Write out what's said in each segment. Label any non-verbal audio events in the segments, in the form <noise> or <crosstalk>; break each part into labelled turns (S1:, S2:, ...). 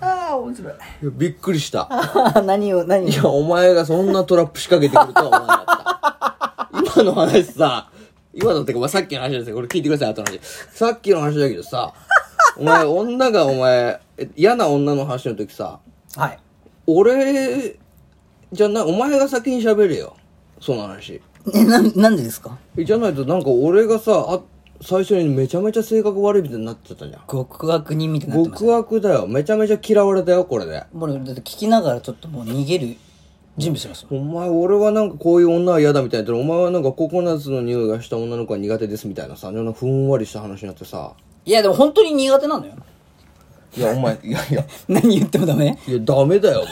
S1: あ面白い
S2: いやびっくりした。
S1: <laughs> 何を何
S2: いや、お前がそんなトラップ仕掛けてくるとは思わなかった。今の話さ、今のってか、まあ、さっきの話ですよ。これ聞いてください、後の話。さっきの話だけどさ、お前、女がお前、え嫌な女の話の時さ、
S1: はい
S2: 俺、じゃない、お前が先に喋れよ。その話。
S1: えななんでですか
S2: えじゃないと、なんか俺がさ、あ最初にめちゃめちゃ性格悪いみたいになっちゃったじゃん。
S1: 極悪人みたいになってます
S2: 極悪だよ。めちゃめちゃ嫌われたよ、これで。
S1: もうだって聞きながらちょっともう逃げる準備してますよ
S2: お前、俺はなんかこういう女は嫌だみたいな言ったら、お前はなんかココナッツの匂いがした女の子は苦手ですみたいなさ、なんかふんわりした話になってさ、
S1: いやでも本当に苦手なのよ <laughs>
S2: いや、お前、いやいや、
S1: 何言ってもダメ
S2: いや、ダメだよ、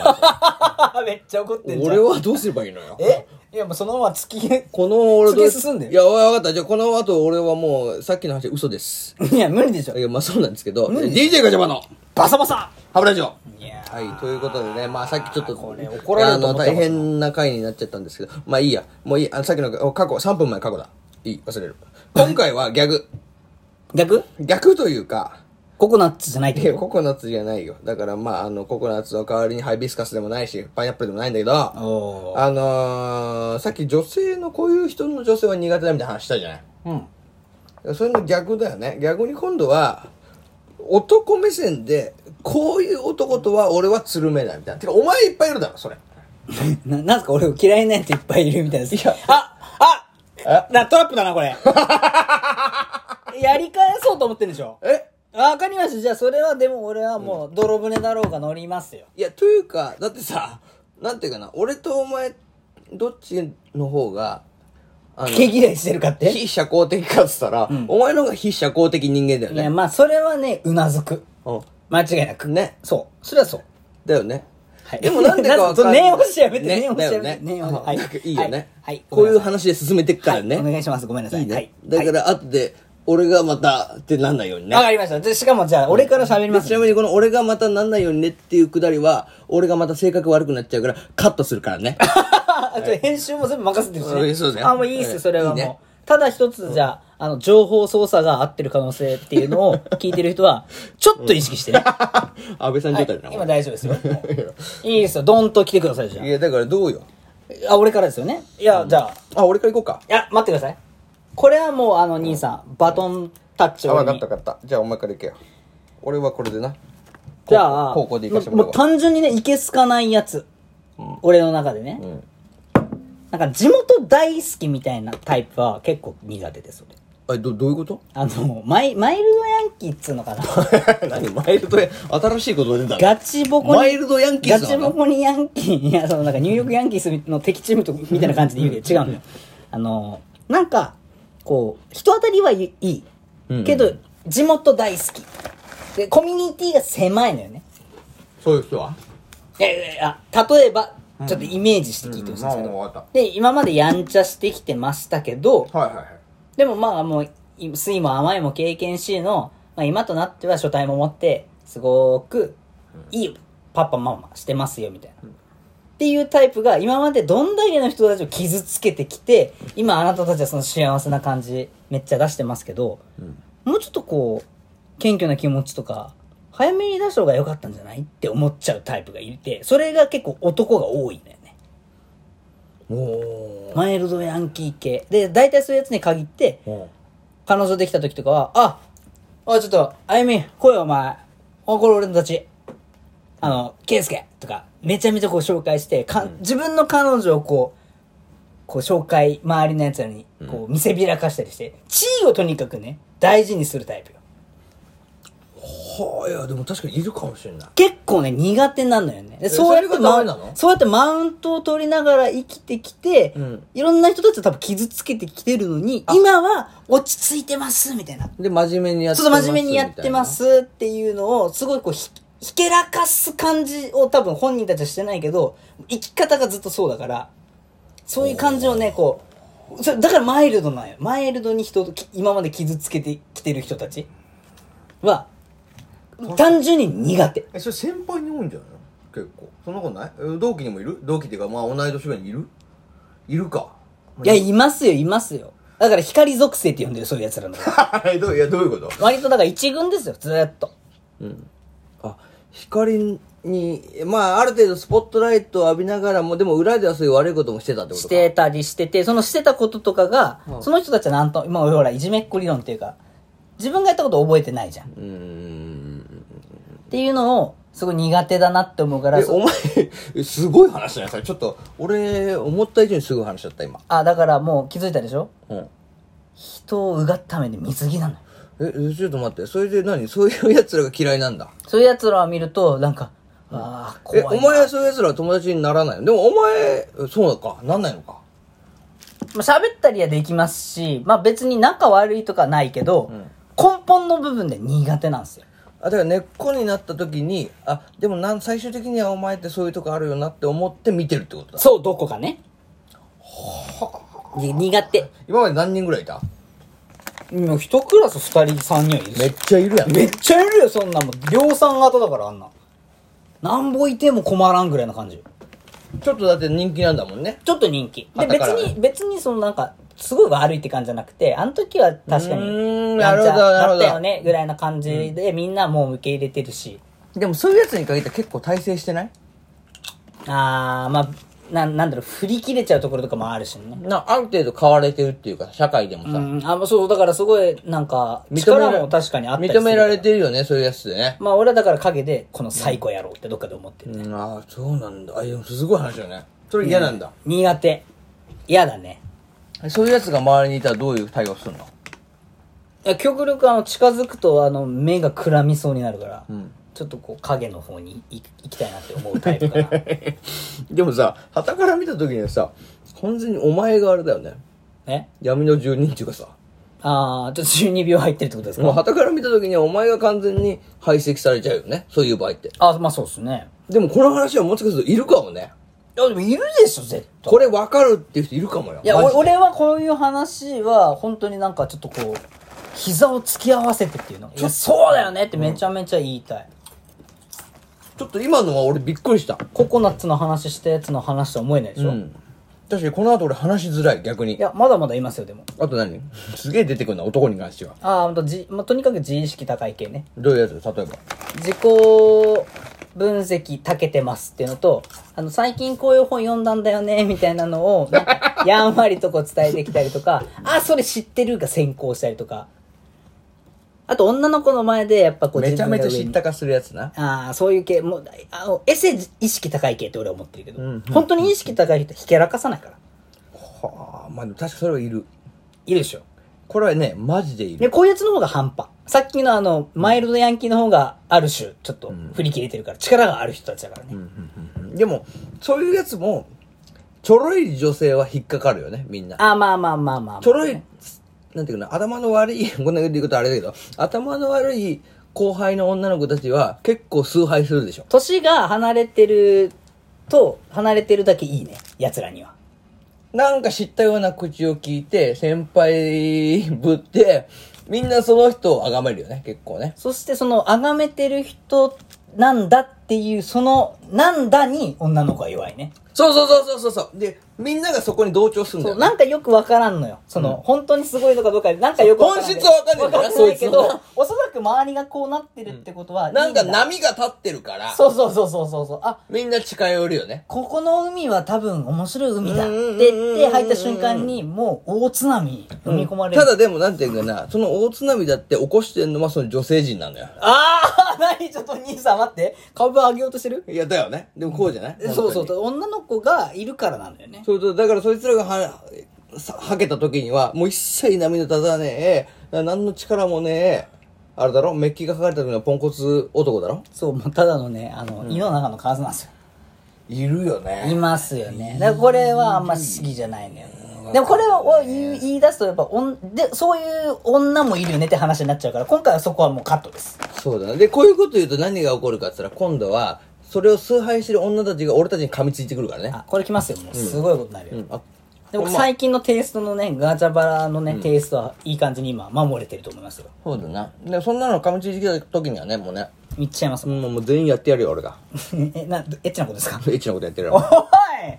S1: めっちゃ怒ってん
S2: <laughs> お前。
S1: じゃん
S2: 俺はどうすればいいのよ。
S1: えいやもうそのまま突き
S2: この俺と、
S1: 次進んでよ
S2: いや、わかった。じゃあこの後俺はもう、さっきの話嘘です。
S1: いや無理でしょ
S2: いや、まあそうなんですけど、DJ ガチャバの
S1: バサバサ
S2: ハブラジオ
S1: いやー
S2: はい、ということでね、まあさっきちょっと、
S1: これ怒られると思った
S2: あの大変な回になっちゃったんですけど、まあいいや、もういい、あのさっきのお過去、3分前過去だ。いい、忘れる。今回はギャグ。
S1: 逆
S2: 逆というか、
S1: ココナッツじゃないって
S2: いやココナッツじゃないよ。だからまあ、あの、ココナッツの代わりにハイビスカスでもないし、パイナップルでもないんだけど、あ
S1: お
S2: のー、さっき女性の、こういう人の女性は苦手だみたいな話したじゃない。
S1: うん
S2: それの逆だよね。逆に今度は、男目線で、こういう男とは俺はつるめないみたいな。てか、お前いっぱいいるだろ、それ。
S1: <laughs> ななんすか俺を嫌いなやついっぱいいるみたいです。ああな、トラップだな、こ <laughs> れ。やり返そうと思ってんでしょ
S2: え
S1: わかりました。じゃあ、それはでも俺はもう、泥船だろうが乗りますよ。
S2: いや、というか、だってさ、なんていうかな、俺とお前、どっちの方が、あの、
S1: 毛嫌いしてるかって
S2: 非社交的かっつったら、お前の方が非社交的人間だよ
S1: い
S2: ね。
S1: や、まあ、それはね、うなずく。
S2: う
S1: 間違いなく。
S2: ん。ね。
S1: そう。それはそう。
S2: だよね。
S1: はい
S2: でもなんでかわかん
S1: <laughs>
S2: ない。
S1: 念押しやめて、
S2: ね
S1: 念押しやめて。
S2: だよね
S1: 念押し
S2: あなんかいいよね。
S1: はいはい
S2: こういう話で進めてっから
S1: はいお
S2: ね。
S1: 願いします。ごめんなさい。
S2: いい
S1: はい
S2: ね。。だから、後で、俺がまたってなんないようにね
S1: わ。かりました。でしかも、じゃあ、俺から喋りま
S2: ですち
S1: ね。
S2: なみにこの俺がまたなんないようにねっていうくだりは、俺がまた性格悪くなっちゃうから、カットするか
S1: <laughs>
S2: らね。
S1: あと編集も全部任せてるし、
S2: うんそうですね
S1: あ、もういいっ
S2: う
S1: す、
S2: ん
S1: それはい
S2: いね
S1: もう。ただ一つ、じゃあ、あの、情報操作が合ってる可能性っていうのを聞いてる人は、ちょっと意識してね。は
S2: 安倍さん状態だ
S1: い
S2: な。
S1: 今大丈夫
S2: <laughs>
S1: ですよ。いいですよ、ドンと来てください、じゃ
S2: いや、だからどうよ。
S1: あ。あ、俺からですよね。いや、じゃあ、い
S2: あ、俺から行こうか。
S1: や、待ってください。これはもう、あの、兄さん、バトンタッチ
S2: あ、
S1: を
S2: わかったわかった。じゃあお前から行けよ。俺はこれでな。
S1: じゃあ、
S2: 高校で行かせてもらう
S1: もう
S2: わ
S1: 単純にね、いけすかないやつ。俺の中でね。なんか、地元大好きみたいなタイプは結構苦手です、俺。
S2: あ、ど、どういうこと
S1: あの、マイ、マイルドヤンキーっつうのかな
S2: <laughs> 何マイルドや、新しいこと出たの
S1: ガチボコに。
S2: マイルドヤンキー
S1: ガ
S2: ズ
S1: チ
S2: な
S1: ボ
S2: の
S1: コにヤンキー。いや、そのなんかニューヨークヤンキースの敵チームとみたいな感じで言うけど違うのよ。あの、なんか、こう、人当たりはいい。けど、地元大好き。で、コミュニティが狭いのよね。
S2: そういう人は
S1: え、えあ、例えば、ちょっとイメージして聞いてほしいんですけ
S2: うんうん
S1: ど。
S2: わかっ
S1: で、今までやんちゃしてきてましたけど、
S2: はいはいはい。
S1: でもまあもう、い酸いも甘いも経験しの、まあ今となっては書体も持って、すごく、いいパパママしてますよ、みたいな。っていうタイプが、今までどんだけの人たちを傷つけてきて、今あなたたちはその幸せな感じ、めっちゃ出してますけど、もうちょっとこう、謙虚な気持ちとか、早めに出した方が良かったんじゃないって思っちゃうタイプがいて、それが結構男が多いんだよね。
S2: お
S1: マイルドヤンキー系。で、大体そういうやつに限って、
S2: ー。
S1: 彼女できた時とかは、あ、あ、ちょっと、あゆみ、来いよお前。あ、これ俺のたち。あの、ケイスケとか、めちゃめちゃこう紹介して、か、自分の彼女をこう、こう紹介、周りのやつらに、こう見せびらかしたりして、地位をとにかくね、大事にするタイプよ。
S2: はあ、いや、でも確かにいるかもしれない。
S1: 結構ね、苦手なのよね。でそうやって
S2: それがダ
S1: マ
S2: メなの
S1: そうやってマウントを取りながら生きてきて、
S2: ん
S1: いろんな人たちを多分傷つけてきてるのに、今は落ち着いてます、みたいな。
S2: で、真面目にやっ
S1: ち
S2: て
S1: ょっと真面目にやってま。すっていうのを、すごいこうひ、ひけらかす感じを多分本人たちはしてないけど、生き方がずっとそうだから、そういう感じをね、こう、それだからマイルドなんよ。マイルドに人をき、今まで傷つけてきてる人たちは、単純に苦手。
S2: え、それ先輩に多いんじゃないの結構。そんなことないえ同期にもいる同期っていうか、まあ同い年ぐらいにいるいるか。 <laughs>
S1: いや、いますよ、いますよ。だから光属性って呼んでる、そういう奴らのこと。
S2: はい、どういや、どういうこと
S1: 割とだから一軍ですよ、ずーっと。
S2: あ、光に、まあ、ある程度スポットライトを浴びながらも、でも裏ではそういう悪いこともしてたってこと
S1: し
S2: か。
S1: てたりしてて、そのしてたこととかが、その人たちはなんと、今ほら、いじめっ子理論っていうか、自分がやったこと覚えてないじゃん。っ
S2: うーん。
S1: ていうのを、すごい苦手だなって思うから
S2: え、、お前、すごい話じゃないですか。ちょっと、俺、思った以上にすごい話だった、今。
S1: あ、だからもう気づいたでしょ
S2: うん。
S1: 人をうがった目で水着なのよ。
S2: え、ちょっと待って、それで何そういう奴らが嫌いなんだ。
S1: そういう奴らを見ると、なんか、ああ、
S2: え、
S1: 怖
S2: お
S1: いな。
S2: 前はそういう奴らは友達にならないのでも、お前、そうか、なんないのか。
S1: まあ喋ったりはできますし、まあ別に仲悪いとかないけど、根本の部分で苦手なんですよ。
S2: あ、だから根っこになった時に、あ、でもなん、最終的にはお前ってそういうとこあるよなって思って見てるってことだ。
S1: そう、どこかね。に苦手。
S2: 今まで何人ぐらいいた
S1: もう一クラス二人、三人はいるし
S2: めっちゃいるやん。
S1: めっちゃいるよ、そんなもん。量産型だから、あんな。なんぼいても困らんぐらいな感じ。
S2: ちょっとだって人気なんだもんね。
S1: ちょっと人気。で、
S2: 旗
S1: 別
S2: からね
S1: に、別にそのなんか、すごい悪いって感じじゃなくて、あの時は確か
S2: う
S1: に、
S2: ーん
S1: やんちゃ
S2: なるほどな
S1: だ
S2: るほ
S1: っ
S2: ど
S1: たよね、ぐらいな感じで、みんなもう受け入れてるし。
S2: でもそういうやつに限って結構耐性してない
S1: あー、まあ、なん、なんだろう、振り切れちゃうところとかもあるしね。
S2: な、ある程度買われてるっていうか、社会でも
S1: う
S2: さ。
S1: ん、あ、まあそう、だからすごい、なんか、
S2: 認め
S1: 力も確かにあったりする
S2: 認められてるよね、そういうやつでね。
S1: まあ、俺はだから陰で、この最高やろうってどっかで思ってる。
S2: うん、ああ、そうなんだ。あ、でもすごい話だね。それ嫌なんだ。
S1: 苦手。嫌だね。
S2: そういうやつが周りにいたらどういう対応するの
S1: いや極力あの近づくとあの目がくらみそうになるから、
S2: ん
S1: ちょっとこう影の方に行行きたいなって思うタイプか
S2: <laughs>
S1: な
S2: <laughs> でもさ、旗から見た時にはさ、完全にお前があれだよね。
S1: え
S2: 闇の住人っていうかさ。
S1: ああちょっと12秒入ってるってことですか、
S2: もう旗から見た時にはお前が完全に排斥されちゃうよね。そういう場合って。
S1: あまあそうですね
S2: でもこの話はもしかするといるかもね。
S1: いやでもいるでしょ絶対
S2: これ分かるっていう人いるかもよ。
S1: いや
S2: マジ
S1: お
S2: で
S1: 俺はこういう話は本当になんかちょっとこう膝を突き合わせてっていうのいやそうだよねってめちゃめちゃ言いたい、
S2: ちょっと今のは俺びっくりした。
S1: ココナッツの話したやつの話とは思えないでしょ、い。
S2: 確かにこの後俺話しづらい、逆に。
S1: やまだまだいますよでも
S2: あと何すげえ出てくるな、男に関しては。
S1: ああほんとじ、まあ、とにかく自意識高い系ね
S2: どういうやつ例えば。
S1: 自己分析たけてますっていうのと、あの、最近こういう本読んだんだよね、みたいなのを、なん
S2: <laughs>
S1: かやんわりとこう伝えてきたりとか、あ、それ知ってるが先行したりとか。あと、女の子の前で、やっぱこう、
S2: めちゃめちゃ
S1: 自分が上
S2: 知っ
S1: に。
S2: たかするやつな。
S1: ああ、そういう系、もう、あの、エセ意識高い系って俺は思ってるけど、本当に意識高い人、ひけらかさないから。
S2: はあ、まあでも確かそれはいる。
S1: いるでしょ。
S2: これはね、マジでいる。
S1: で、こういうやつの方が半端。さっきのあの、マイルドヤンキーの方が、ある種、ちょっと、振り切れてるから、力がある人たちだからね。
S2: でも、そういうやつも、ちょろい女性は引っかかるよね、みんな。
S1: あー、まあまあまあまあまあ。
S2: ちょろい、なんていうかな、頭の悪い、 <laughs> こんなこと言うことあれだけど、頭の悪い後輩の女の子たちは結構崇拝するでしょ。
S1: 年が離れてると、離れてるだけいいね。奴らには。
S2: なんか知ったような口を聞いて、先輩ぶって、みんなその人を崇めるよね、結構ね。
S1: そしてその、崇めてる人なんだっていう、その、なんだに女の子は弱いね。
S2: そうそうそうそうそうそう。で、みんながそこに同調するんだ
S1: そう、
S2: よ、ね。
S1: なんかよくわからんのよ。その、本当にすごいのかどうか、なんかよくわからんのよ。
S2: 本質はわかんないんだよな
S1: わかんないけ
S2: そいつ
S1: ど
S2: の、
S1: おそらく周りがこうなってるってことは、
S2: なんか
S1: いい
S2: 波が立ってるから、
S1: そうそうそうそうそうそう。あ、
S2: みんな近寄るよね。
S1: ここの海は多分面白い海だって言っ
S2: うんうんうんうん
S1: て入った瞬間に、もう大津波に飲み込まれる。
S2: ただでもなんていうかな、その大津波だって起こしてんのはその女性陣なのよ。
S1: あー、何ちょっと兄さん待って。株上げようとしてる
S2: いや、だよね。でもこうじゃない
S1: そうそう
S2: そう。
S1: そう。女の子がいるからなんだよね。
S2: そうそう、だからそいつらがは、さはけた時には、もう一切波の立たねえ、な何の力もねえ、あれだろメッキが書かれた時のポンコツ男だろ
S1: そう、もうただのね、あの、胃の中のカなんですよ。
S2: いるよ
S1: い
S2: ね。
S1: ますよね。だからこれはあんま好きじゃないのよ。でもこれを言い言い出すとやっぱおんで、そういう女もいるよねって話になっちゃうから、今回はそこはもうカットです。
S2: そうだね。で、こういうこと言うと何が起こるかって言ったら、今度は、それを崇拝してる女たちが俺たちに噛みついてくるからね。
S1: あ、これきますよ。もうすごいことになるよ。
S2: うんあ
S1: でも最近のテイストのね、ガチャバラのね、テイストはいい感じに今守れてると思いますよ。
S2: そうだな。で、そんなの噛みついてきた時にはね、もうね、
S1: いっちゃいます <laughs> もん。
S2: もうもう全員やってやるよ、俺が。
S1: え、な、エッチなことですか
S2: <laughs> エッチなことやってやる
S1: お
S2: よ。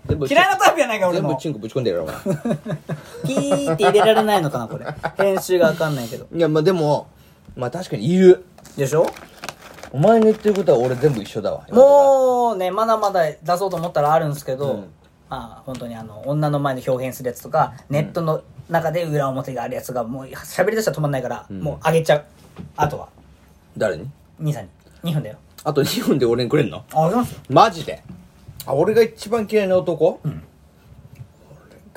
S2: 全部
S1: い嫌いなタイプやないか、俺
S2: 全
S1: も
S2: 部。チンコぶち込んでやるよ、
S1: <laughs>
S2: お前。
S1: ピーって入れられないのかな、こ <laughs> れ。編集がわかんないけど。
S2: いや、まあでも、まあ確かにいる。
S1: でしょ
S2: お前の言ってることは俺全部一緒だわ。
S1: もうね、まだまだ出そうと思ったらあるんですけど、
S2: うん
S1: まあ本当にあの、女の前で表現するやつとか、ネットの中で裏表があるやつが、もう喋り出したら止まんないから、もうあげちゃう。あとは、
S2: 誰に
S1: 兄さんに。2分だよ。
S2: あと2分で俺にくれんの
S1: あ、あげますよ。
S2: マジであ、俺が一番嫌いな男俺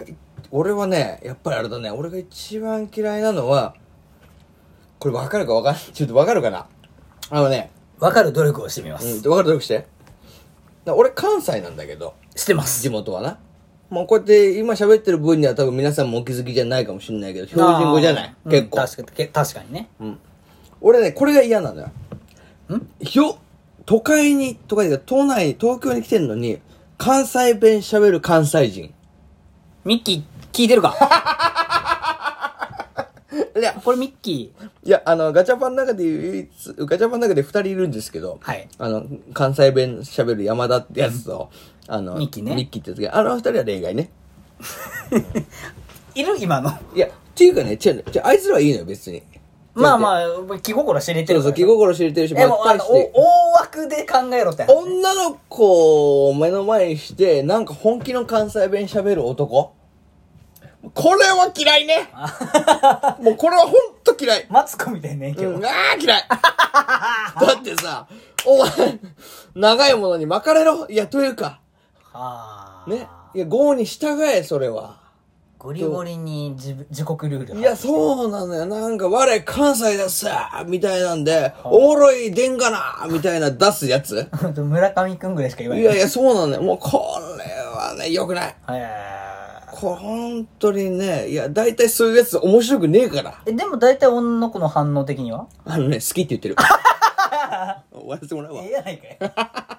S2: がい俺はね、やっぱりあれだね、俺が一番嫌いなのは、これわかるかわかんない。 <laughs> ちょっとわかるかなあのね、
S1: わかる努力をしてみます。
S2: うん、わかるとくして。な俺関西なんだけど、
S1: してます。
S2: 地元はな。もうこうやって今喋ってる分には多分皆さんもお気づきじゃないかもしれないけど、標準語じゃない
S1: あー
S2: 結構
S1: うん。確かけ確かにね。
S2: 俺ね、これが嫌なのよ。ひょ、都会に、都会で都内、東京に来てんのに、関西弁喋る関西人。
S1: ミッキー、聞いてる <laughs> か
S2: いや、
S1: これミッキー。
S2: いや、あの、ガチャパンの中で唯一、ガチャパンの中で二人いるんですけど、
S1: はい
S2: あの、関西弁喋る山田ってやつと、あの、
S1: ミッキーね
S2: ミッキーってやつが、あの二人は例外ね。
S1: いる今の。
S2: いや、っていうかね、違うの、違う、あいつらはいいのよ、別に。
S1: <laughs> まあまあ、気心知れて
S2: そ
S1: るか
S2: うそう、
S1: ら。
S2: 気心知れてるし、
S1: でも、あ
S2: ばっ
S1: の、
S2: かりして
S1: お大枠で考えろって話。
S2: 女の子を目の前にして、なんか本気の関西弁喋る男これは嫌いねもうこれはほんと嫌い。
S1: マツコみたいね、今日。
S2: うん、ああ、嫌いだってさ、お前、長いものに巻かれろいや、というか、
S1: ああ。
S2: ね。いや、郷に従え、それは。
S1: ゴリゴリに自分自国ルール。
S2: いや、、そうなのよ。なんか、我、関西ですみたいなんで、おもろいでんがなみたいな出すやつ
S1: <laughs> 村上くんぐらいしか言わないい。
S2: やいや、そうなのよ。もう、これはね、良くない。
S1: はい。
S2: これ本当にね、いや、大体そういうやつ面白くねえから。
S1: え、でも大体女の子の反応的には
S2: あのね、好きって言ってる。終わらせてもらうわ。
S1: ええやないかい。